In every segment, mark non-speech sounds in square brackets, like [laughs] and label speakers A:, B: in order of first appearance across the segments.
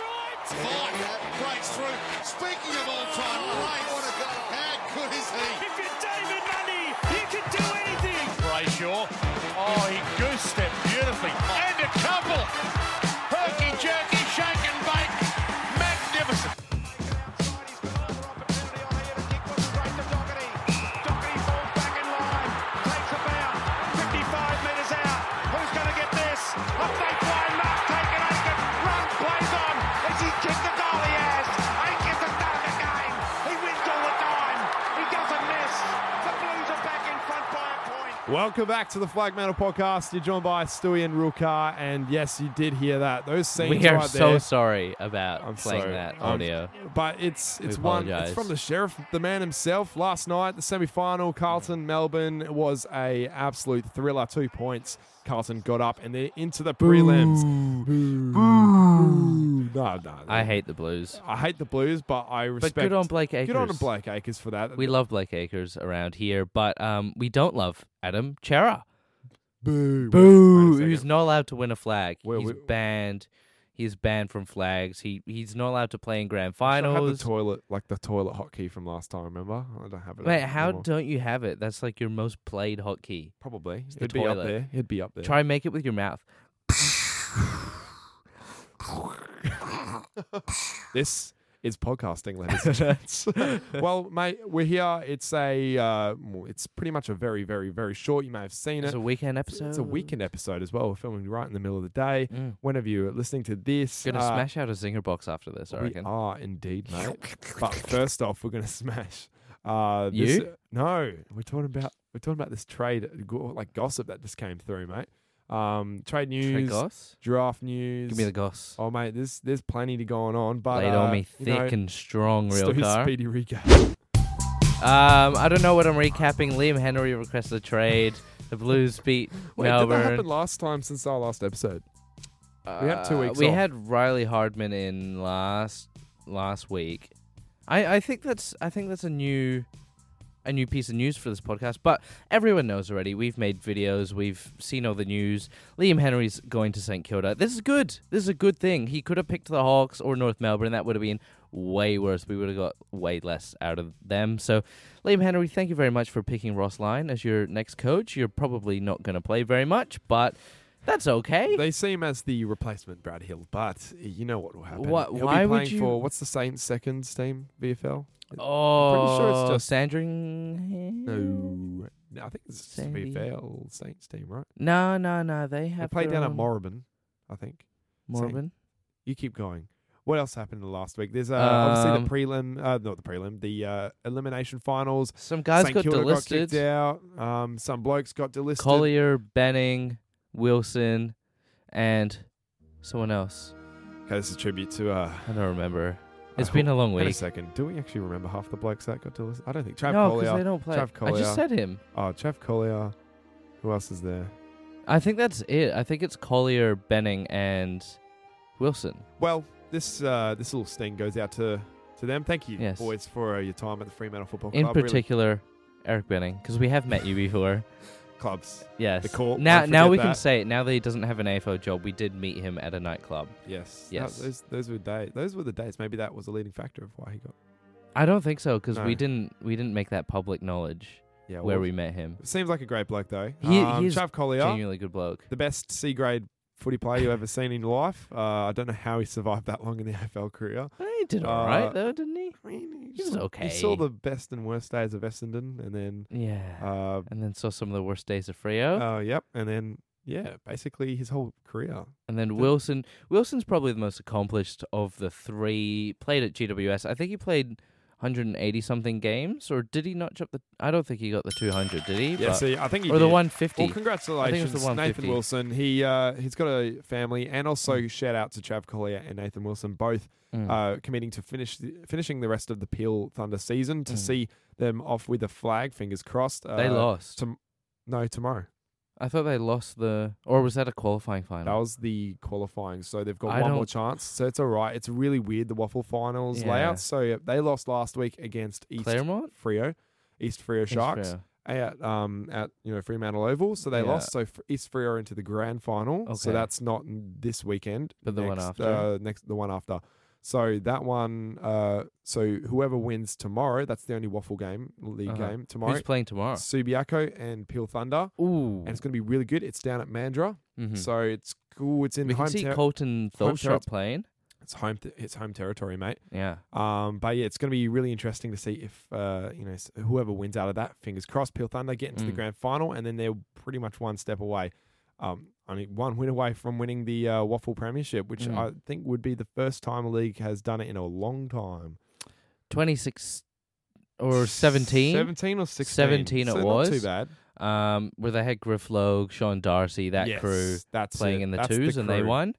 A: Five breaks through. Speaking of all-time greats, how good is he?
B: If you're David Mundy, you can do anything. Brayshaw. Oh, he goose stepped beautifully. And a couple. Herky jerky, shake and bake. Magnificent. Up they fly, Mark taken, Aiken, run, plays on, it's his kick the goal he has, Aiken's a target game, he wins all the time, he doesn't miss, the Blues are back in front by a point.
C: Welcome back to the Flag Mantle Podcast. You're joined by Stewie and Rukar, and yes, you did hear that. Those scenes
D: We are
C: right
D: so
C: there.
D: sorry about
C: I'm
D: playing
C: sorry.
D: that
C: I'm-
D: audio.
C: But it's it's
D: We
C: one. It's
D: apologise.
C: from the sheriff, the man himself. Last night, the semi-final, Carlton Melbourne was a absolute thriller. Two points. Carlton got up, and they're into the prelims. Boo. Boo. No, no.
D: I hate the Blues.
C: I hate the Blues, but I
D: But
C: respect.
D: good on Blake Acres.
C: Good on Blake Acres for that.
D: We love Blake Acres around here, but um, we don't love Adam Chera,
C: boo.
D: Boo!
C: Wait a
D: Who's
C: second.
D: not allowed to win a flag.
C: Well,
D: he's
C: we-
D: banned. He's banned from flags. He he's not allowed to play in grand
C: I don't have
D: finals.
C: the toilet like the toilet hotkey from last time. Remember? I don't have it.
D: Wait, how
C: anymore.
D: don't you have it? That's like your most played hotkey.
C: Probably.
D: the
C: It'd be up
D: toilet.
C: there. It'd be up there.
D: Try and make it with
C: [laughs]
D: your mouth.
C: this is podcasting, ladies and
D: [laughs]
C: gents. well, mate, we're here. It's a. Uh, well, it's pretty much a very, very, very short. You may have seen
D: It's
C: it.
D: a weekend episode.
C: It's a weekend episode as well. We're filming right in the middle of the day.
D: Mm.
C: Whenever you're listening to this,
D: Gonna
C: uh,
D: smash out a zinger box after this. I
C: we
D: reckon.
C: are indeed, mate. but first off, we're gonna [laughs] smash. Uh, this-
D: You?
C: no, we're talking about we're talking about this trade go- like gossip that just came through, mate. Um, trade news,
D: Trey Goss?
C: draft news.
D: Give me the goss.
C: Oh mate, there's there's plenty to going on, but
D: Laid
C: uh,
D: on me
C: you
D: thick
C: know,
D: and strong, real
C: Stewie
D: car.
C: Speedy Rico.
D: Um, I don't know what I'm recapping. Liam Henry requested a trade. The Blues beat
C: Wait, did that happen
D: Melbourne.
C: last time since our last episode? we had two
D: Uh,
C: weeks
D: We
C: off.
D: had Riley Hardman in last last week. I, I think that's I think that's a new a new piece of news for this podcast. But everyone knows already. We've made videos. We've seen all the news. Liam Henry's going to St Kilda. This is good. This is a good thing. He could have picked the Hawks or North Melbourne. That would have been way worse. We would have got way less out of them. So, Liam Henry, thank you very much for picking Ross Lyon as your next coach. You're probably not going to play very much, but that's okay.
C: They see him as the replacement Brad Hill, but you know what will happen.
D: What-
C: He'll
D: why
C: be
D: would
C: playing
D: you-
C: for what's the Saints' second team VFL?
D: Oh,
C: sure it's just-
D: Sandringham. Mm.
C: No, no I think it's just
D: Sandy.
C: VFL Saints team, right?
D: no, no, no. They
C: They
D: have
C: played
D: their
C: down at
D: own-
C: Moribin, I think.
D: Moribin.
C: You keep going. What else happened in the last week? There's uh, obviously
D: Um,
C: the prelim, uh, not the prelim, the uh, elimination finals.
D: Some guys
C: St
D: got
C: Kilda got
D: delisted.
C: kicked out. Um, some blokes got delisted.
D: Collier, Benning, Wilson, and someone else.
C: Okay, this is a tribute to. Uh,
D: I don't remember. It's
C: I
D: been
C: hope-
D: a long
C: Wait a
D: week.
C: second. Do we actually remember half the blokes that got delisted? I don't think. Trav
D: No, because
C: Collier.
D: they don't play.
C: Trav
D: I
C: Collier.
D: just said him.
C: Oh, Trav Collier. Who else is there?
D: I think that's it. I think it's Collier, Benning, and Wilson.
C: Well, this uh, this little sting goes out to to them. Thank you,
D: Yes.
C: boys, for uh, your time at the Fremantle Football
D: In
C: Club. Really,
D: particular, Eric Benning, because we have met you
C: [laughs]
D: before.
C: clubs.
D: Yes.
C: call-
D: Now,
C: I
D: now
C: forget
D: we can
C: that.
D: say it. Now that he doesn't have an AFO job, we did meet him at a nightclub.
C: Yes.
D: Yes.
C: That- those, those were days. Those were the days. Maybe that was a leading factor of why he got.
D: I don't think so because
C: No.
D: we didn't we didn't make that public knowledge
C: Yeah.
D: where
C: well,
D: we met him.
C: Seems like a great bloke though.
D: He-
C: um,
D: he's
C: Trav Collier,
D: Genuinely good bloke.
C: the best C grade footy player you ever seen in your life. Uh, I don't know how he survived that long in the [laughs] AFL career.
D: He did
C: Uh,
D: all right though, didn't he?
C: I mean,
D: He was
C: saw-
D: okay.
C: He saw the best and worst days of Essendon, and then,
D: Yeah.
C: uh,
D: and then saw some of the worst days of Freo.
C: uh, yep, and then yeah, basically his whole career.
D: and then Wilson. Wilson's probably the most accomplished of the three. Played at GWS. I think he played 180 something games, or did he notch up the? I don't think he got the 200. Did he?
C: Yeah,
D: But-
C: see, I think he
D: or the
C: did.
D: 150.
C: Well, congratulations,
D: the
C: Nathan
D: 150.
C: Wilson. He uh, he's got a family, and also
D: Hmm.
C: shout out to Trav Collier and Nathan Wilson, both
D: Mm.
C: uh, committing to finish the, finishing the rest of the Peel Thunder season. To
D: Mm.
C: see them off with a flag, fingers crossed. Uh,
D: they lost.
C: tom- no, tomorrow.
D: I thought they lost the, or was that a qualifying final?
C: That was the qualifying, so they've got
D: I
C: one more
D: don't-
C: chance. So it's all right. It's really weird the waffle finals
D: Yeah.
C: layout. So yeah, they lost last week against East
D: Claremont.
C: Frio, East Frio Sharks.
D: Freo.
C: at um at you know Fremantle Oval, so they
D: Yeah.
C: lost. So F- East Free are into the grand final. So
D: Okay.
C: that's not n- this weekend,
D: But the one
C: next,
D: after?
C: uh, next the one after. So that one, uh, so whoever wins tomorrow, that's the only waffle game league
D: Uh-huh.
C: game tomorrow.
D: Who's playing tomorrow?
C: Subiaco and Peel Thunder,
D: Ooh.
C: and it's going to be really good. It's down at Mandra,
D: Mhm.
C: so it's cool. It's in
D: we can
C: home.
D: see
C: ter-
D: Colton
C: home
D: Tholstrup
C: territory.
D: playing.
C: it's home. Th- it's home territory, mate.
D: Yeah.
C: Um, but yeah, it's going to be really interesting to see if uh, you know s- whoever wins out of that. Fingers crossed, Peel Thunder get into the
D: Mm.
C: grand final, and then they're pretty much one step away. Um, only one win away from winning the uh, Waffle Premiership, which
D: Mm.
C: I think would be the first time a league has done it in a long time.
D: 26 or 17,
C: seventeen or sixteen,
D: 17 it
C: so Not too
D: was.
C: bad.
D: um, where they had Griff Logue, Sean Darcy, that
C: Yes,
D: crew
C: that's
D: playing
C: it.
D: in the
C: That's
D: twos, and they
C: crew.
D: won.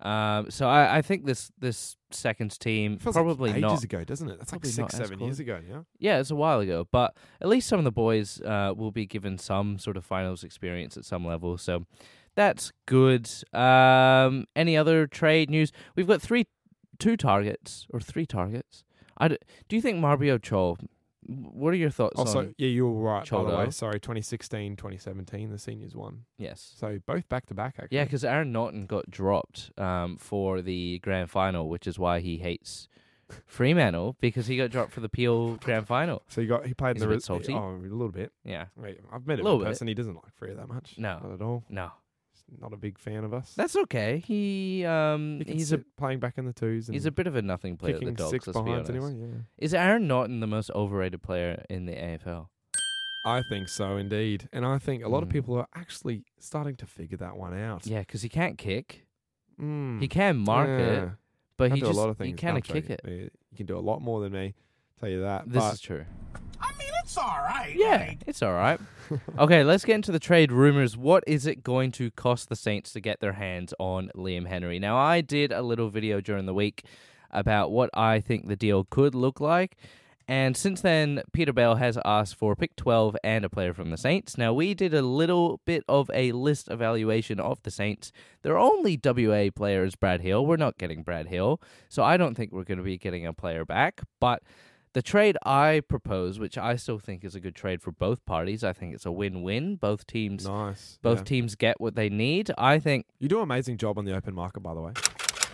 D: Um, so I, I think this this seconds team
C: It feels like
D: probably
C: ages
D: not.
C: ago, doesn't it? That's like
D: probably
C: six,
D: not as
C: seven years ago. Yeah,
D: Yeah, it's a while ago, but at least some of the boys uh, will be given some sort of finals experience at some level. So that's good. Um, any other trade news? We've got three, two targets or three targets. I d- do you think Marbio Chol? What are your thoughts
C: Also,
D: on?
C: yeah, you were right. By the way,
D: Choldo.
C: sorry, 2016, 2017, the seniors won.
D: Yes.
C: So both back to back, actually.
D: Yeah, because Aaron Norton got dropped um, for the grand final, which is why he hates Fremantle because he got dropped for the Peel grand final.
C: So you got he played in
D: He's
C: the
D: a bit
C: res-
D: salty.
C: Oh, a little bit.
D: Yeah.
C: Wait, I've met him
D: Little
C: in
D: bit.
C: person. He doesn't like Freo that much.
D: No.
C: not at all.
D: No,
C: He's not a big fan of us.
D: that's okay. He um
C: He can
D: he's a
C: sit playing back in the twos and
D: He's a bit of a nothing player at
C: kicking
D: the dogs,
C: six
D: let's be
C: behinds
D: honest.
C: anyway. Yeah,
D: Is Aaron Norton the most overrated player in the AFL?
C: I think so indeed, and I think a lot of
D: Mm.
C: people are actually starting to figure that one out.
D: Yeah, 'cause he can't kick.
C: Mm.
D: He can mark
C: Yeah.
D: it, but
C: Can't
D: he
C: do
D: just
C: a lot of
D: he
C: things. No,
D: kind
C: I'm
D: of kick
C: joking.
D: it.
C: Yeah, You can do a lot more than me. Tell you that.
D: This
C: but
D: is true.
B: I mean, it's all right.
D: Yeah, it's all right. [laughs] okay, let's get into the trade rumors. What is it going to cost the Saints to get their hands on Liam Henry? Now, I did a little video during the week about what I think the deal could look like. And since then, Peter Bell has asked for pick 12 and a player from the Saints. Now, we did a little bit of a list evaluation of the Saints. Their only WA player is Brad Hill. We're not getting Brad Hill, so I don't think we're going to be getting a player back. But the trade I propose, which I still think is a good trade for both parties, I think it's a win-win. Both teams,
C: nice.
D: both
C: yeah.
D: teams get what they need. I think.
C: You do an amazing job on the open market, by the way.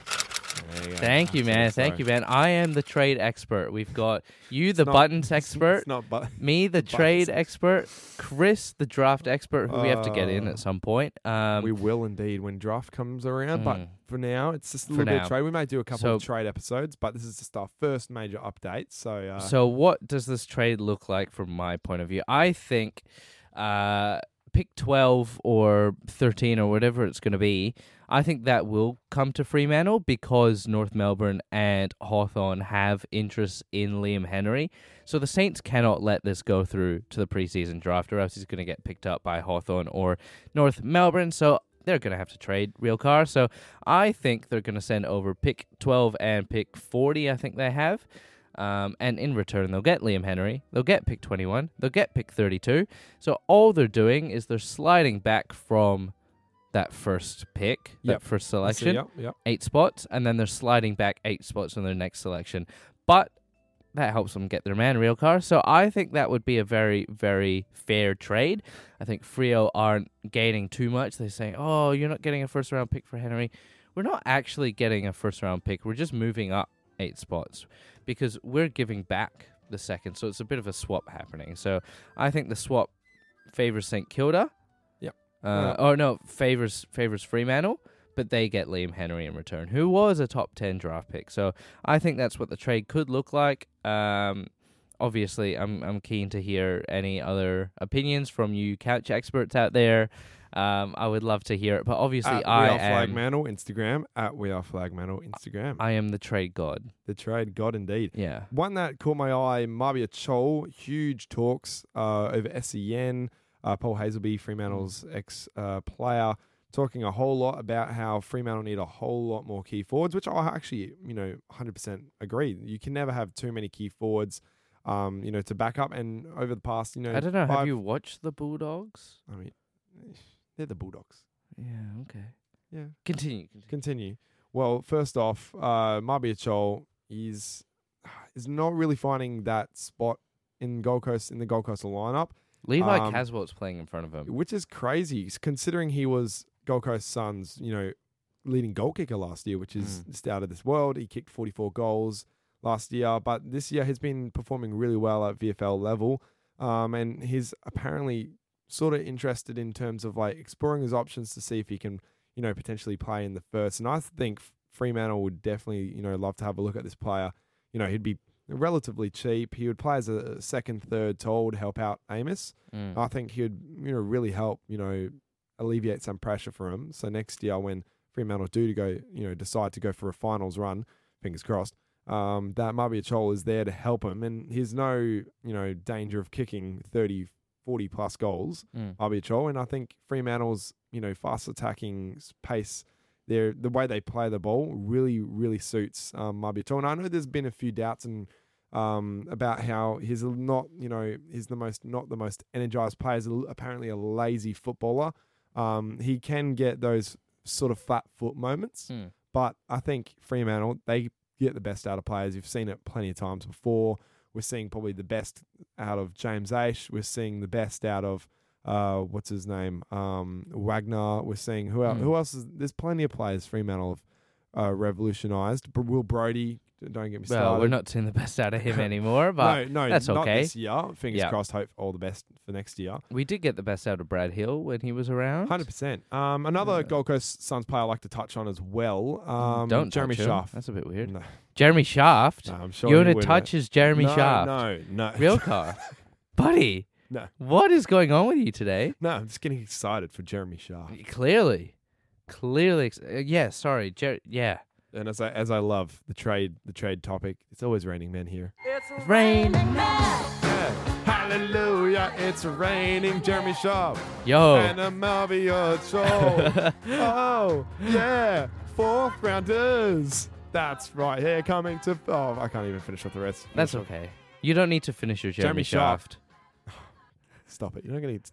C: There go.
D: Thank you,
C: I'm
D: man.
C: so
D: Thank
C: sorry.
D: you, man. I am the trade expert. We've got you, the
C: not-
D: buttons
C: [laughs] It's
D: expert.
C: not, but
D: Me, the
C: buttons.
D: trade expert. Chris, the draft expert, who we have to get in
C: Uh,
D: at some point. Um,
C: we will indeed when draft comes around. But
D: Mm.
C: for now, it's just a
D: For
C: little bit
D: now.
C: of trade. We may do a couple of
D: So-
C: trade episodes, but this is just our first major update. So, uh,
D: So, what does this trade look like from my point of view? I think uh, pick 12 or 13 or whatever it's going to be, I think that will come to Fremantle because North Melbourne and Hawthorn have interests in Liam Henry. So, the Saints cannot let this go through to the preseason draft or else he's going to get picked up by Hawthorn or North Melbourne. So, they're going to have to trade real car. So, I think they're going to send over pick 12 and pick 40, I think they have. Um, and in return, they'll get Liam Henry, they'll get pick 21, they'll get pick 32. So all they're doing is they're sliding back from that first pick,
C: Yep.
D: that first
C: I see,
D: selection,
C: Yep, yep.
D: eight spots, and then they're sliding back eight spots on their next selection. But that helps them get their man real car. So I think that would be a very, very fair trade. I think Frio aren't gaining too much. They say, oh, you're not getting a first round pick for Henry. We're not actually getting a first round pick. We're just moving up eight spots because we're giving back the second. So it's a bit of a swap happening. So I think the swap favors St Kilda.
C: Yep.
D: Uh,
C: Yeah.
D: oh no, favors favors Fremantle, but they get Liam Henry in return, who was a top ten draft pick. So I think that's what the trade could look like. Um, obviously, I'm I'm keen to hear any other opinions from you couch experts out there. Um, I would love to hear it, but obviously
C: At
D: I
C: we are flag
D: am
C: mantle Instagram at we are flag mantle Instagram.
D: I am the trade god.
C: the trade god indeed.
D: Yeah.
C: One that caught my eye, Marbia Chol, huge talks uh, over SEN. Uh, Paul Hazelby, Fremantle's
D: Mm.
C: ex uh, player, talking a whole lot about how Fremantle need a whole lot more key forwards, which I actually, you know, 100% agree. You can never have too many key forwards, um, you know, to back up. And over the past, you know,
D: I don't know. Have
C: five-
D: you watched the Bulldogs?
C: I mean, they're the Bulldogs.
D: Yeah. Okay.
C: Yeah.
D: Continue. continue.
C: Continue. Well, first off, uh, Marbia Chol is [sighs] is not really finding that spot in Gold Coast in the Gold Coast lineup,
D: Levi
C: Um,
D: Caswell's playing in front of him.
C: which is crazy considering he was Gold Coast Suns, you know, leading goal kicker last year, which is just out of this world. He kicked 44 goals last year, but this year he's been performing really well at VFL level. Um, and he's apparently sort of interested in terms of like exploring his options to see if he can, you know, potentially play in the first. And I think Fremantle would definitely, you know, love to have a look at this player. You know, he'd be relatively cheap. He would play as a second, third tall to help out Amos.
D: Mm.
C: I think he would, you know, really help, you know, alleviate some pressure for him. So next year, when Fremantle do to go, you know, decide to go for a finals run, fingers crossed, um, that Mabia Chol is there to help him, and he's no, you know, danger of kicking 30, 40 plus goals.
D: Mm.
C: Mabia Chol, and I think Fremantle's, you know, fast attacking s- pace. Their, the way they play the ball really, really suits um, Mabia Chol. And I know there's been a few doubts and um, about how he's not, you know, he's the most not the most energized player. He's a l- apparently a lazy footballer. Um, he can get those sort of flat foot moments,
D: Hmm.
C: but I think Fremantle they get the best out of players. You've seen it plenty of times before. We're seeing probably the best out of James Aish. We're seeing the best out of uh, what's his name um, Wagner. We're seeing who else?
D: Hmm.
C: Who else is? There's plenty of players Fremantle have uh, revolutionized. But Will Brody. Don't get me started.
D: Well, we're not seeing the best out of
C: [laughs]
D: him anymore, but
C: no, no,
D: that's
C: not
D: okay.
C: this year. Fingers
D: Yeah.
C: crossed. Hope all the best for next year.
D: we did get the best out of Brad Hill when he was around.
C: Hundred percent. Um, another
D: Yeah.
C: Gold Coast Suns player I like to touch on as well. Um,
D: Don't
C: Jeremy
D: touch him.
C: Shaft.
D: That's a bit weird.
C: No,
D: Jeremy Shaft.
C: no, I'm sure
D: You're
C: he
D: gonna
C: wouldn't.
D: touch his Jeremy
C: no,
D: Shaft.
C: No, no, [laughs]
D: Real car, buddy.
C: No.
D: What is going on with you today?
C: no. I'm just getting excited for Jeremy Shaft.
D: Clearly, clearly. ex- uh, Yeah. Sorry. Jer- yeah.
C: And as I as I love the trade, the trade topic. It's always raining men here.
D: Rain.
C: Yeah. Hallelujah! It's raining Jeremy Shaft and
D: Yo.
C: a
D: [laughs]
C: Malvia Show. Oh, yeah. Fourth rounders. That's right. Here coming to. Oh, I can't even finish off the rest.
D: That's okay. You don't need to finish your
C: Jeremy
D: Jeremy, Shaft.
C: Shaft. Stop it. You're not going to.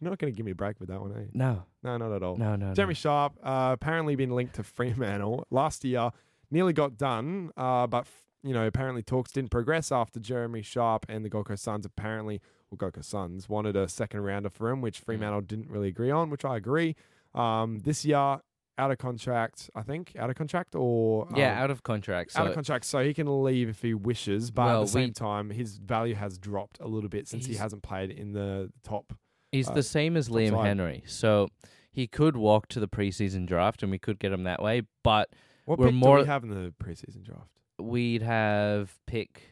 C: You're not going to give me a break with that one, eh?
D: No.
C: No, not at all.
D: No. No.
C: Jeremy Sharp uh, apparently been linked to [laughs] Fremantle last year. Nearly got done, uh, but f- you know apparently talks didn't progress after Jeremy Sharp and the Gold Coast Suns apparently, well Gold Coast Suns wanted a second rounder for him,
D: Mm.
C: which Fremantle didn't really agree on, which I agree. Um, this year out of contract, I think out of contract or
D: No. Yeah.
C: um,
D: out of contract. So
C: out of contract, so he can leave if he wishes. But
D: Well,
C: at the same
D: we-
C: time, his value has dropped a little bit since he
D: He's-
C: hasn't played in the top.
D: he's
C: uh,
D: the same as Liam
C: side.
D: Henry. So he could walk to the preseason draft, and we could get him that way. But
C: What
D: We're
C: pick
D: more-
C: do we have in the preseason draft?
D: we'd have pick.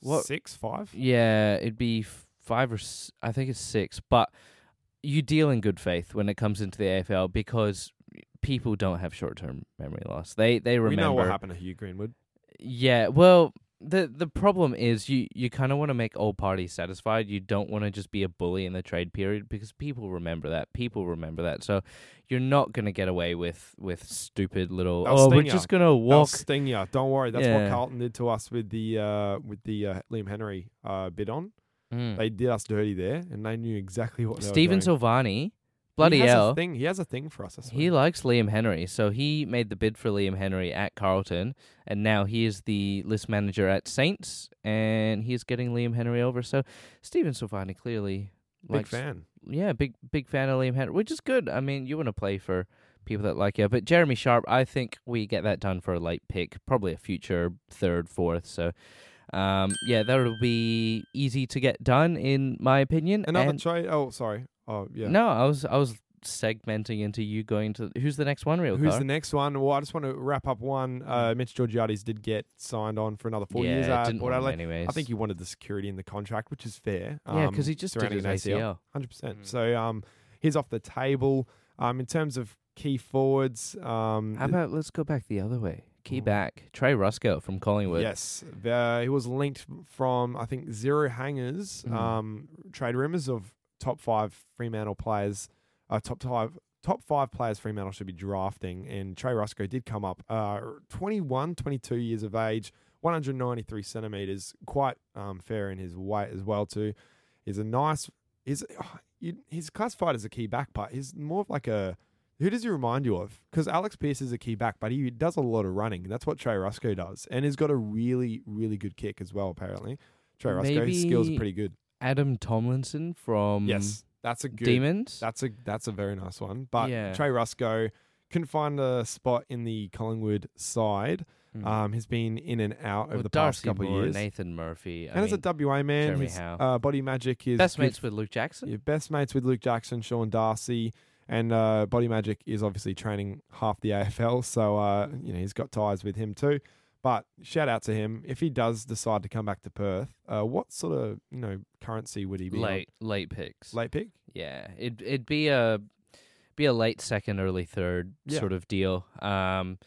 D: What-
C: six, five?
D: Yeah, it'd be f- five or s- I think it's six, but you deal in good faith when it comes into the AFL because people don't have short-term memory loss. They they remember.
C: We know what happened to Hugh Greenwood.
D: Yeah, well, the the problem is you you kind of want to make all parties satisfied. You don't want to just be a bully in the trade period because people remember that. People remember that. So you're not going to get away with with stupid little
C: They'll
D: oh, we're
C: sting ya.
D: just going to
C: They'll
D: walk
C: sting ya. Don't worry. That's
D: Yeah.
C: what Carlton did to us with the uh, with the uh, Liam Henry uh, bid on.
D: Mm.
C: They did us dirty there, and they knew exactly what. they were
D: Steven
C: doing.
D: Silvani.
C: he
D: Bloody
C: has
D: hell.
C: A thing. He has a thing for us. I
D: He
C: swear.
D: likes Liam Henry, so he made the bid for Liam Henry at Carlton, and now he is the list manager at Saints, and he is getting Liam Henry over. So Steven Silvani clearly
C: Big
D: likes,
C: fan.
D: yeah, big big fan of Liam Henry, which is good. I mean, you want to play for people that like you, but Jeremy Sharp, I think we get that done for a late pick, probably a future third, fourth. So, um, yeah, that'll be easy to get done, in my opinion.
C: Another
D: and-
C: trade. Oh, sorry. Oh, yeah.
D: No, I was I was segmenting into you going to who's the next one, real
C: Who's
D: car?
C: the next one? Well, I just want to wrap up one. Uh, Mitch Georgiades did get signed on for another four
D: yeah,
C: years at
D: didn't
C: Port
D: want him
C: Adelaide.
D: anyways.
C: I think he wanted the security in the contract, which is fair.
D: yeah, because
C: um,
D: he just did
C: surrounding
D: his
C: an
D: ACL.
C: Hundred
D: Mm.
C: percent. So um, he's off the table. Um, in terms of key forwards, um,
D: How about let's go back the other way? Key
C: Mm.
D: back Trey Rusco from Collingwood.
C: yes, the, he was linked from I think zero hangers.
D: Mhm.
C: Um, trade rumors of top five Fremantle players, uh, top five. Top five players Fremantle should be drafting, and Trey Rusco did come up, uh, 21, 22 years of age, 193 centimeters, quite um, fair in his weight as well too. He's a nice, he's [sighs] oh, you, he's classified as a key back, but he's more of like a who does he remind you of? Because Alex Pierce is a key back, but he does a lot of running. That's what Trey Rusco does, and he's got a really, really good kick as well. Apparently, Trey Rusco his skills are
D: Maybe
C: pretty good.
D: Adam Tomlinson from
C: yes, that's a good.
D: Demons.
C: That's a that's a very nice one. But
D: Yeah.
C: Trey Rusco couldn't find a spot in the Collingwood side.
D: Hmm.
C: Um, has been in and out over
D: Well,
C: the past
D: Darcy
C: couple
D: Moore,
C: of years.
D: Nathan Murphy. I
C: and as
D: mean,
C: a WA man,
D: Jeremy
C: his,
D: Howe.
C: uh, body magic is
D: best
C: good
D: mates with Luke Jackson.
C: Your best mates with Luke Jackson, Sean Darcy, and uh, Body Magic is obviously training half the [laughs] AFL, so uh,
D: Mm-hmm.
C: you know he's got ties with him too. But shout out to him if he does decide to come back to Perth. Uh, what sort of you know currency would he be on?
D: Late, late picks.
C: late pick?
D: Yeah, it it'd be a be a late second, early third
C: Yeah.
D: sort of deal. Um,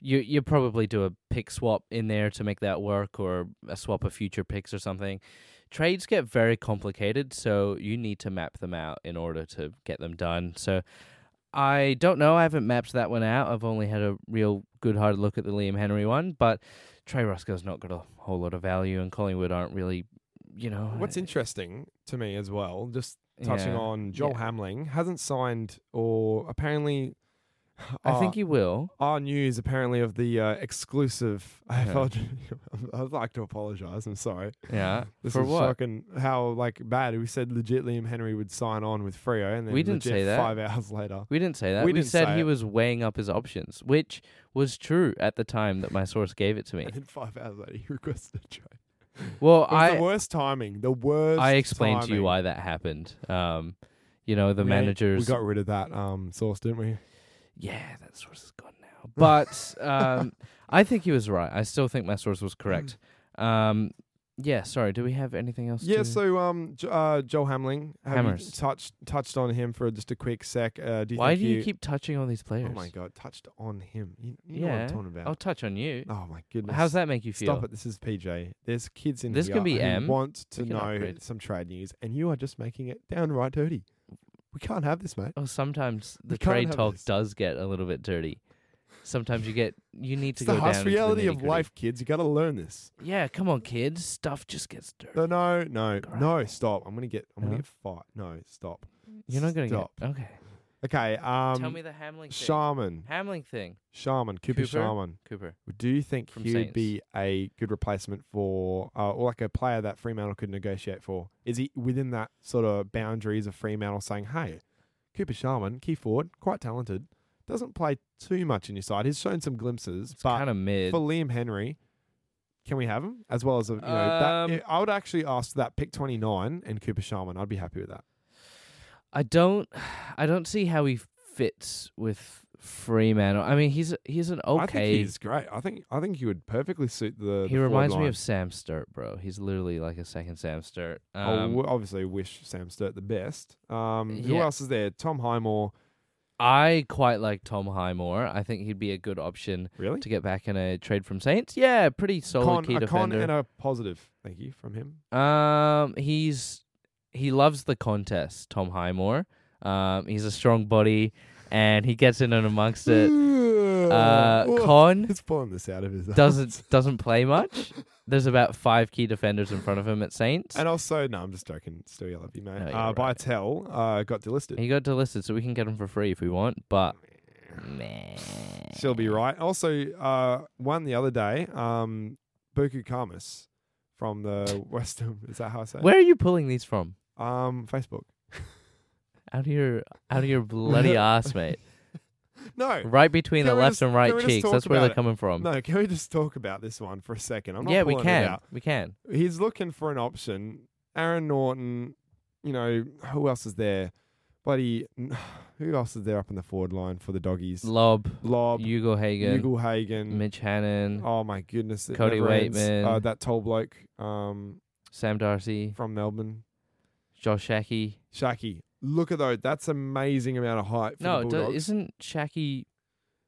D: you you probably do a pick swap in there to make that work, or a swap of future picks or something. Trades get very complicated, so you need to map them out in order to get them done. So I don't know. I haven't mapped that one out. I've only had a real good hard look at the Liam Henry one, but Trey Roscoe's not got a whole lot of value, and Collingwood aren't really, you know,
C: What's interesting to me as well, just touching
D: Yeah.
C: on Joel
D: Yeah.
C: Hamling hasn't signed or apparently.
D: I
C: uh,
D: think he will.
C: our news apparently of the uh, exclusive AFL. [laughs] I'd like to apologise. I'm sorry.
D: Yeah.
C: This
D: For
C: is
D: what?
C: shocking how like bad we said legit Liam Henry would sign on with Frio and then
D: We didn't
C: legit
D: say that.
C: five hours later. [laughs]
D: We didn't say that.
C: We
D: We,
C: didn't say
D: said he
C: it.
D: was weighing up his options, which was true at the time that my source gave it
C: [laughs]
D: to me.
C: And then five hours later he requested a trade.
D: Well,
C: It was the
D: I
C: worst timing. The worst
D: I explained to you
C: timing.
D: why that happened. Um, you know, the
C: We ain't-
D: managers.
C: We got rid of that um source, didn't we?
D: yeah, that source is gone
C: [laughs]
D: now. But um, I think he was right. I still think my source was correct. Um, yeah. Sorry. Do we have anything else?
C: Mm. Yeah,
D: to-
C: so um J- uh Joel Hamling have you
D: Hammers.
C: touched touched on him for just a quick sec. Uh do you
D: why
C: think
D: do you, keep touching on these players?
C: Oh my god, touched on him. You, you know what
D: Yeah.
C: I'm talking about.
D: I'll touch on you.
C: Oh my goodness.
D: How's that make you feel?
C: Stop it. This is PJ. There's kids in
D: This
C: here
D: can be
C: who
D: M.
C: want to
D: We can
C: know
D: upgrade.
C: some trade news, and you are just making it downright dirty. We can't have this, mate.
D: Oh, sometimes the
C: can't
D: trade
C: have
D: talk
C: this.
D: does get a little bit dirty. Sometimes you get you need
C: It's
D: to
C: the
D: go down
C: harsh
D: into
C: reality of
D: nitty-gritty.
C: life, kids. You got to learn this.
D: Yeah, come on, kids. Stuff just gets dirty.
C: No, no, no, no.
D: Right.
C: Stop. I'm gonna get. I'm gonna
D: No?
C: get fight. No, stop.
D: Uh-huh. You're not gonna
C: stop.
D: get okay.
C: Okay. Um.
D: Tell me the Hamling thing.
C: Shaman.
D: Hamling thing.
C: Shaman. Cooper,
D: Cooper?
C: Shaman.
D: Cooper.
C: Do you think
D: From
C: he would
D: Saints.
C: be a good replacement for, uh, or like a player that Fremantle could negotiate for? Is he within that sort of boundaries of Fremantle saying, hey, Cooper Sharman, key forward, quite talented, doesn't play too much in your side. He's shown some glimpses,
D: It's
C: but
D: kind of mid.
C: for Liam Henry, can we have him? As well as, a, you know,
D: Um,
C: that, I would actually ask that pick 29 and Cooper Sharman. I'd be happy with that.
D: I don't. I don't see how he fits with Fremantle. I mean, he's he's an okay.
C: I think he's great. I think I think he would perfectly suit the. the
D: he
C: forward
D: reminds me
C: line.
D: of Sam Sturt, bro. He's literally like a second Sam Sturt.
C: I
D: Um,
C: w- obviously wish Sam Sturt the best. Um, Who
D: Yeah.
C: else is there? Tom Highmore.
D: I quite like Tom Highmore. I think he'd be a good option
C: Really?
D: to get back in a trade from Saints. Yeah, pretty solid
C: Con,
D: key
C: a con and
D: defender.
C: a positive. Thank you from him.
D: um, he's he loves the contest. Tom Highmore. Um, he's a strong body, and he gets in and
C: [laughs]
D: amongst it. Uh,
C: Whoa. [laughs]
D: con
C: He's pulling this out of his.
D: doesn't doesn't play much. There's about five key defenders in front of him at Saints.
C: [laughs] And also, no, I'm just joking. Stewie, I love you, mate.
D: No, you're
C: uh,
D: right.
C: Bytel uh, got delisted.
D: he got delisted, so we can get him for free if we want. But meh.
C: She'll be right. Also, uh, one the other day, um, Buku Kamas from the [laughs] Western. Is that how I say? it?
D: where are you pulling these from?
C: Um, Facebook.
D: Out of your out of
C: [laughs]
D: your bloody ass, mate.
C: No,
D: Right between
C: Can
D: the
C: we
D: left
C: just-
D: and
C: can
D: right
C: we just
D: cheeks.
C: talk
D: That's where
C: about
D: they're
C: it?
D: coming from.
C: no. Can we just talk about this one for a second? I'm not
D: yeah, we
C: pulling it
D: can.
C: out.
D: We can.
C: he's looking for an option. Aaron Norton, you know, who else is there? Bloody, [sighs] who else is there up in the forward line for the doggies?
D: Lob,
C: Lob,
D: Hugo Hagen,
C: Ugle Hagen.
D: Mitch Hannon,
C: Oh my goodness! it
D: Cody
C: never ends.
D: Waitman.
C: uh, that tall bloke um,
D: Sam Darcy,
C: from Melbourne,
D: Josh Shackey.
C: Shaki. Look at those. That's amazing amount of height. For
D: No,
C: the
D: do-
C: Bulldogs.
D: isn't Shackey.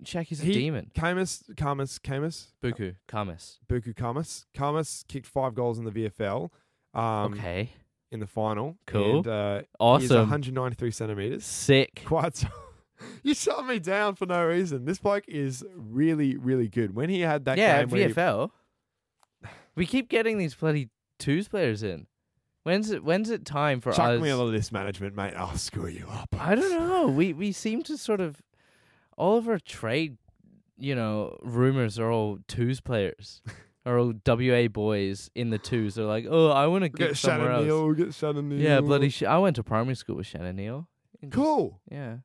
D: Shackey's a
C: He-
D: demon.
C: Camus, Camus, Camus,
D: Buku, Kamis.
C: Buku Camus. Camus kicked five goals in the VFL. Um,
D: okay.
C: In the final.
D: Cool.
C: And, uh, He's
D: Awesome.
C: 193 centimeters.
D: Sick.
C: quite so. [laughs] You shut me down for no reason. This bloke is really, really good. When he had that
D: Yeah,
C: game, where he-
D: VFL. We keep getting these bloody twos players in. When's it when's it time for
C: chuck
D: us?
C: me a lot of this management, mate. I'll screw you up.
D: I don't know. We we seem to sort of all of our trade, you know, rumors are all
C: [laughs]
D: twos players, are all WA boys in the twos. They're like, oh, I want to
C: We'll
D: get
C: get
D: somewhere
C: Shannon
D: else.
C: Neal. we'll Get Shannon Neal.
D: Yeah, bloody shit. I went to primary school with Shannon Neal.
C: Cool.
D: Yeah,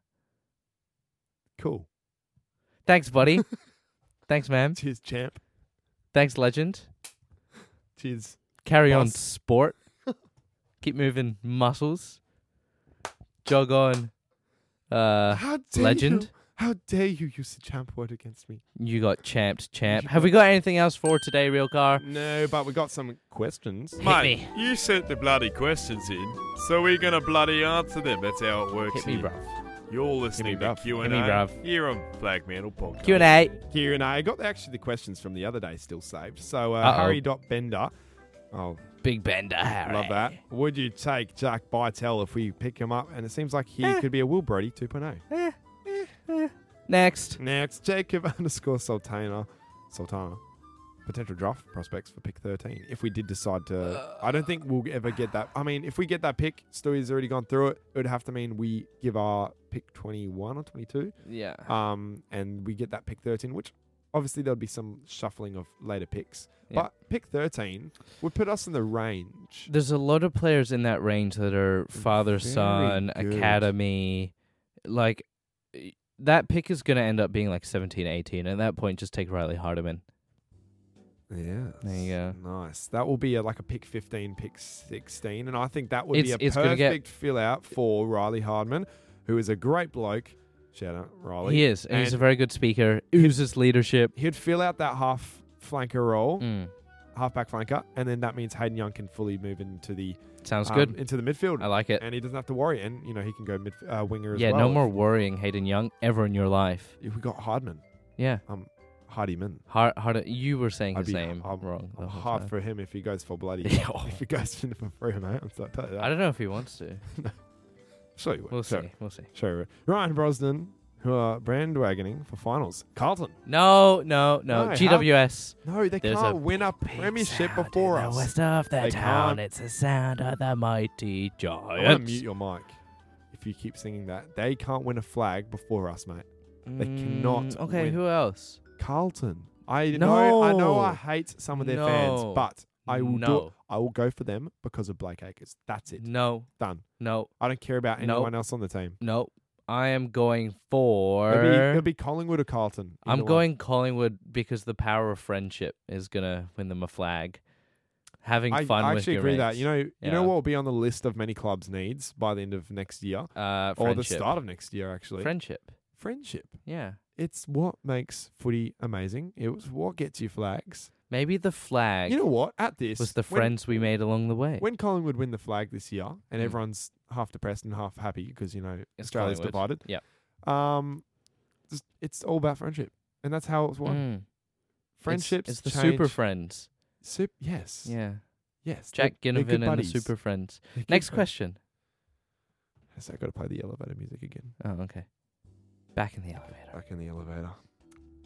C: Cool. [laughs]
D: Thanks, buddy. Thanks, man.
C: Cheers, champ.
D: Thanks, legend.
C: Cheers.
D: Carry on,
C: Boss.
D: sport. [laughs] Keep moving, muscles. Jog on. Uh,
C: How dare
D: legend.
C: You, how dare you use the champ word against me?
D: You got champed, champ. Have we got anything else for today, real car?
C: No, but we got some questions.
E: Mate,
D: me.
E: you sent the bloody questions in, so we're gonna bloody answer them. That's how it works.
D: Hit me,
E: here.
D: bro.
E: You're listening
C: Hit me,
E: to
C: bruv.
E: Q
D: Hit
E: and
D: me,
E: A
D: bruv.
E: here on Flag Mantle Podcast.
D: Q and A.
C: Here and I got actually the questions from the other day still saved. So uh,
D: Uh-oh.
C: Harry.Bender. Oh,
D: Big Bender. Harry.
C: love that. Would you take Jack Bytel if we pick him up? And it seems like he
D: Eh.
C: could be a Will Brody 2.0.
D: Next.
C: oh. Next, Jacob [laughs] underscore Sultana. Sultana. Potential draft prospects for pick 13. If we did decide to. I don't think we'll ever get that. I mean, if we get that pick, Stewie's already gone through it. It would have to mean we give our pick 21 or 22.
D: Yeah.
C: Um, and we get that pick 13, which obviously there'll be some shuffling of later picks.
D: Yeah.
C: But pick 13 would put us in the range.
D: There's a lot of players in that range that are father,
C: Very
D: son,
C: good.
D: academy. Like y- that pick is going to end up being like 17, 18. At that point, just take Riley Hardiman.
C: Yeah.
D: There you go.
C: Nice. That will be a, like a pick 15, pick 16. And I think that would
D: It's-
C: be a
D: it's gonna
C: perfect
D: get-
C: fill out for Riley Hardman, who is a great bloke. Shout out, Riley.
D: He is. And he's a
C: And
D: very good speaker. Oozes leadership.
C: he'd fill out that half flanker role,
D: Mm,
C: half back flanker. And then that means Hayden Young can fully move into the,
D: sounds
C: um,
D: good.
C: into the midfield.
D: I like it.
C: and he doesn't have to worry. And, you know, he can go mid uh, winger as
D: Yeah,
C: well.
D: no more worrying Hayden Young ever in your life.
C: If we got Hardman,
D: Yeah.
C: Hardyman.
D: Hard, hard, you were saying
C: I'd
D: his
C: be-
D: name
C: I'm-
D: wrong. the
C: I'm
D: whole
C: hard
D: time.
C: Oh, for him if he goes for bloody.
D: [laughs]
C: [laughs]
D: Yeah.
C: if he goes for free, mate. I'm sorry, tell you that.
D: I don't know if he wants to.
C: Sure you would.
D: We'll
C: Sure.
D: see. We'll see.
C: Sure. Ryan Brosnan, who are bandwagoning for finals. Carlton.
D: No, no, no.
C: No, how-
D: GWS.
C: No, they
D: There's
C: can't
D: a
C: win a premiership before us.
D: of
C: They town, can't.
D: it's the sound of the mighty
C: I want to mute your mic if you keep singing that. They can't win a flag before us, mate. They cannot
D: Mm, Okay,
C: win.
D: who else?
C: Carlton. I know. I know. I
D: No.
C: hate some of their fans,
D: No.
C: but I will do.
D: No.
C: it. I will go for them because of Blake Acres. That's it.
D: No,
C: Done.
D: no,
C: I don't care about
D: No.
C: anyone else on the team.
D: no. I am going
C: It'll be,
D: for.
C: it'll be Collingwood or Carlton. either
D: I'm
C: one.
D: going Collingwood because the power of friendship is gonna win them a flag. Having
C: I,
D: fun
C: I
D: with
C: actually
D: your
C: agree with that
D: mates.
C: you know you know
D: Yeah.
C: what will be on the list of many clubs' needs by the end of next year
D: uh,
C: or
D: friendship.
C: the start of next year actually.
D: Friendship.
C: Friendship.
D: Yeah.
C: It's what makes footy amazing. It was what gets you flags.
D: Maybe the flag
C: You know what? At this
D: was the
C: when-
D: friends we made along the way.
C: When Collingwood win the flag this year, and
D: Mm.
C: everyone's half depressed and half happy because you know
D: It's
C: Australia's
D: Collingwood.
C: divided.
D: Yeah.
C: Um, just, it's all about friendship, and that's how it was won.
D: Mm. It's-
C: Friendships.
D: It's, the super
C: change-
D: friends.
C: Sup- yes.
D: Yeah.
C: Yes. they're-
D: Jack
C: they're good
D: Ginnivan and the
C: buddies.
D: Super Friends.
C: They're good
D: Next
C: buddies.
D: question.
C: Yes, I got to play the elevator music again.
D: Oh, okay. Back in the elevator.
C: Back in the elevator.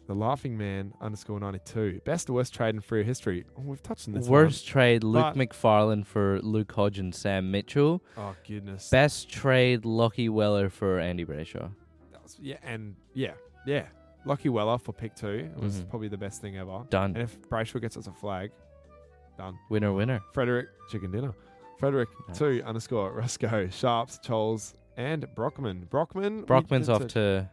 C: The Laughing Man underscore ninety two. Best or worst trade in free history. Oh, we've touched on this. one.
D: Worst trade: Luke
C: But-
D: McFarlane for Luke Hodge and Sam Mitchell.
C: Oh goodness.
D: Best trade: Lockie Weller for Andy Brayshaw.
C: That was- yeah, and yeah, yeah. Lucky Weller for pick two was
D: Mhm.
C: probably the best thing ever. And
D: Done.
C: if Brayshaw gets us a flag, done.
D: Winner, winner.
C: Frederick chicken dinner. Frederick
D: Nice.
C: two underscore Rusco Sharps Choles and Brockman. Brockman. we
D: Brockman's
C: did
D: off
C: touch-
D: to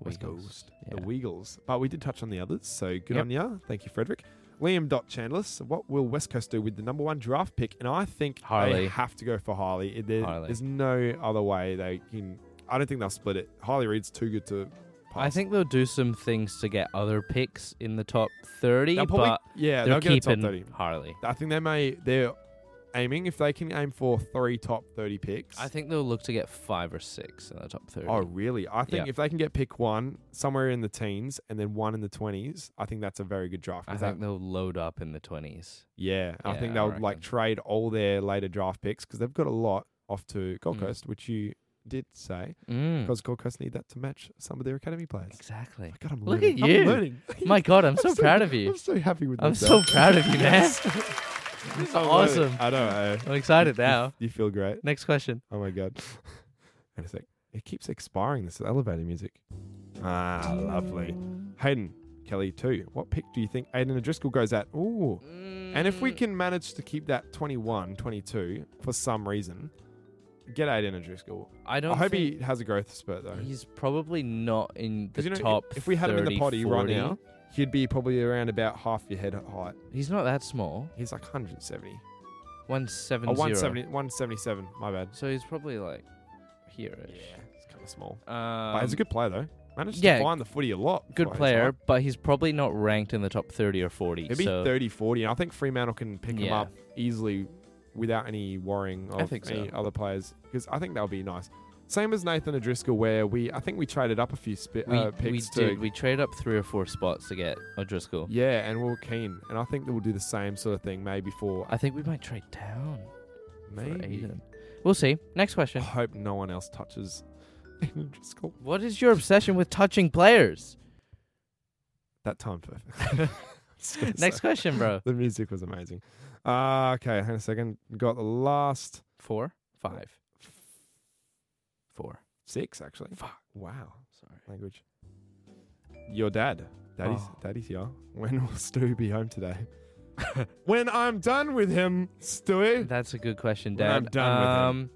C: West
D: Wiggles.
C: Coast.
D: Yeah.
C: The Weagles. But we did touch on the others, so good
D: Yep.
C: on ya. Thank you, Frederick. Liam Dot Chandlis, what will West Coast do with the number one draft pick? And I think they
D: Harley.
C: have to go for Harley. It- there-
D: Harley.
C: There's no other way they can. I don't think they'll split it. Harley Reid's too good to. Pass.
D: I think they'll do some things to get other picks in the top 30,
C: they'll probably
D: but
C: yeah they'll
D: they're
C: get a top
D: keeping
C: thirty.
D: Harley.
C: I think they may they're aiming if they can aim for three top thirty picks.
D: I think they'll look to get five or six in the top 30.
C: Oh really? I think
D: Yeah.
C: if they can get pick one somewhere in the teens and then one in the twenties, I think that's a very good draft.
D: I
C: 'cause that-
D: think they'll load up in the 20s.
C: yeah, I
D: Yeah,
C: think
D: I
C: they'll like
D: reckon.
C: trade all their later draft picks because they've got a lot off to Gold
D: Mm.
C: Coast, which you did say
D: Mm,
C: because Gold Coast need that to match some of their academy players.
D: Exactly.
C: My God, I'm
D: Look
C: learning.
D: at you.
C: I'm learning.
D: [laughs] My God,
C: [laughs]
D: I'm so proud of you.
C: I'm so happy with
D: I'm so
C: myself.
D: proud of
C: [laughs]
D: you, man. [laughs]
C: This is
D: awesome.
C: I know. eh?
D: I'm excited
C: You- you-
D: now.
C: you feel great.
D: Next question.
C: Oh my god. [laughs] Wait a sec. It keeps expiring this elevator music. Ah, lovely. Hayden, Kelly too. What pick do you think Aiden O'Driscoll goes at? Ooh.
D: Mm.
C: And if we can manage to keep that 21, 22 for some reason, get Aiden and Driscoll.
D: I
C: I
D: don't.
C: hope
D: think
C: he has a growth spurt though.
D: He's probably not in the
C: Because you know,
D: top.
C: if we had him in the
D: 30,
C: potty
D: 40.
C: right now, he'd be probably around about half your head height.
D: he's not that small.
C: He's like 170.
D: One seven
C: Oh,
D: zero.
C: 170, 177. My bad.
D: So he's probably like here.
C: it's kind of small.
D: Um,
C: but he's a good player though. Managed
D: yeah,
C: to find the footy a lot.
D: good
C: for his
D: player,
C: height.
D: but he's probably not ranked in the top thirty or forty.
C: It'd be
D: so
C: 30, 40. And I think Fremantle can pick him
D: Yeah.
C: up easily without any worrying of
D: I think so.
C: any other players because I think that would be nice. Same as Nathan O'Driscoll, where we I think we traded up a few spi-
D: we,
C: uh,
D: we
C: picks to
D: did. We trade up three or four spots to get O'Driscoll.
C: yeah, and we we're keen, and I think that we'll do the same sort of thing maybe for
D: I think we might trade down for
C: maybe.
D: Aiden. We'll see. Next
C: I [sighs]
D: question.
C: hope no one else touches [laughs] Aiden O'Driscoll.
D: What is your obsession with touching
C: [laughs]
D: players?
C: That time [laughs]
D: [laughs]
C: perfect. Just gonna
D: Next
C: say. [laughs]
D: question, bro.
C: The music was amazing. Uh, okay, hang on a second. Got the last
D: Four, five, four.
C: six actually. Wow.
D: Sorry.
C: language. Your dad. Daddy's,
D: Oh.
C: daddy's here. [laughs] When will Stu be home today?
D: [laughs]
C: when I'm done with him, Stewie.
D: That's a good question,
C: When
D: Dad.
C: I'm done with
D: Um,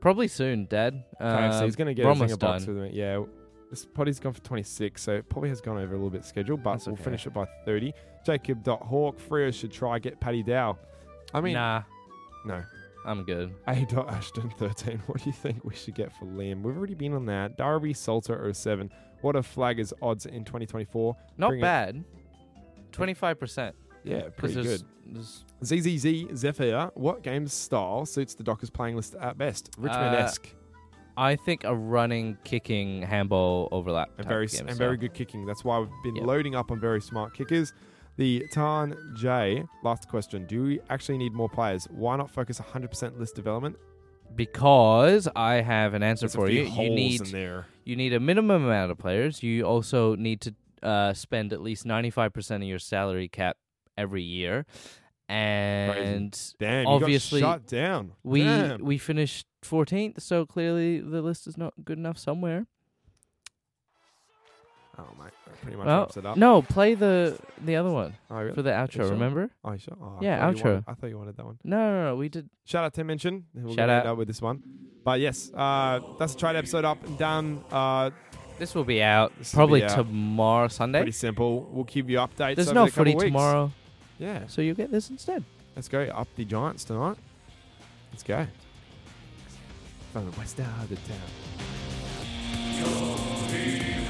D: probably soon, Dad.
C: Okay,
D: Uh,
C: so he's going to get
D: we're
C: us in a
D: almost
C: box
D: done.
C: with him. Yeah. This potty's gone for 26, so it probably has gone over a little bit scheduled, but
D: That's
C: we'll
D: okay.
C: finish it by 30. Jacob.Hawk. Freo should try get Paddy Dow. I mean,
D: nah,
C: no.
D: I'm good.
C: A. dot Ashton [laughs] 13. What do you think we should get for Liam? We've already been on that. Darby Salter 07. What are flaggers odds in 2024?
D: Not
C: Bring it-
D: bad. Twenty-five percent.
C: Yeah, pretty good.
D: There's,
C: ZZZ Zephyr, what game style suits the Dockers playing list at best? Richmond esque
D: Uh, I think a running, kicking, handball overlap.
C: and
D: type
C: very
D: game,
C: and
D: so-
C: very good kicking. That's why we've been
D: Yep.
C: loading up on very smart kickers. The Tan J, last question. Do we actually need more players? Why not focus 100% list development?
D: Because I have an answer
C: There's a
D: for
C: few
D: you. You
C: holes
D: need
C: in there.
D: you need a minimum amount of players. You also need to uh, spend at least ninety-five percent of your salary cap every year, and.
C: Damn, you got
D: obviously,
C: shut down.
D: We
C: Damn.
D: we finished 14th, so clearly the list is not good enough somewhere.
C: oh mate, that pretty much
D: Well,
C: wraps it up.
D: no, play the the other one
C: oh, really?
D: for the outro.
C: sure?
D: Remember?
C: Oh, you sure? Oh, I
D: Yeah,
C: thought you
D: outro.
C: wanted- I thought you wanted that one.
D: No, no, no. We did.
C: Shout out to Mention. We're
D: Shout
C: gonna
D: out.
C: end up with this one. But yes, uh, that's a trade episode up and done. Uh,
D: This will be out
C: This will
D: probably
C: be out.
D: tomorrow Sunday.
C: pretty simple. We'll give you updates.
D: There's
C: over
D: no
C: the couple
D: footy
C: weeks.
D: tomorrow,
C: Yeah,
D: so you'll get this instead.
C: let's go up the Giants tonight. Let's go. From the west side of town.
A: Cody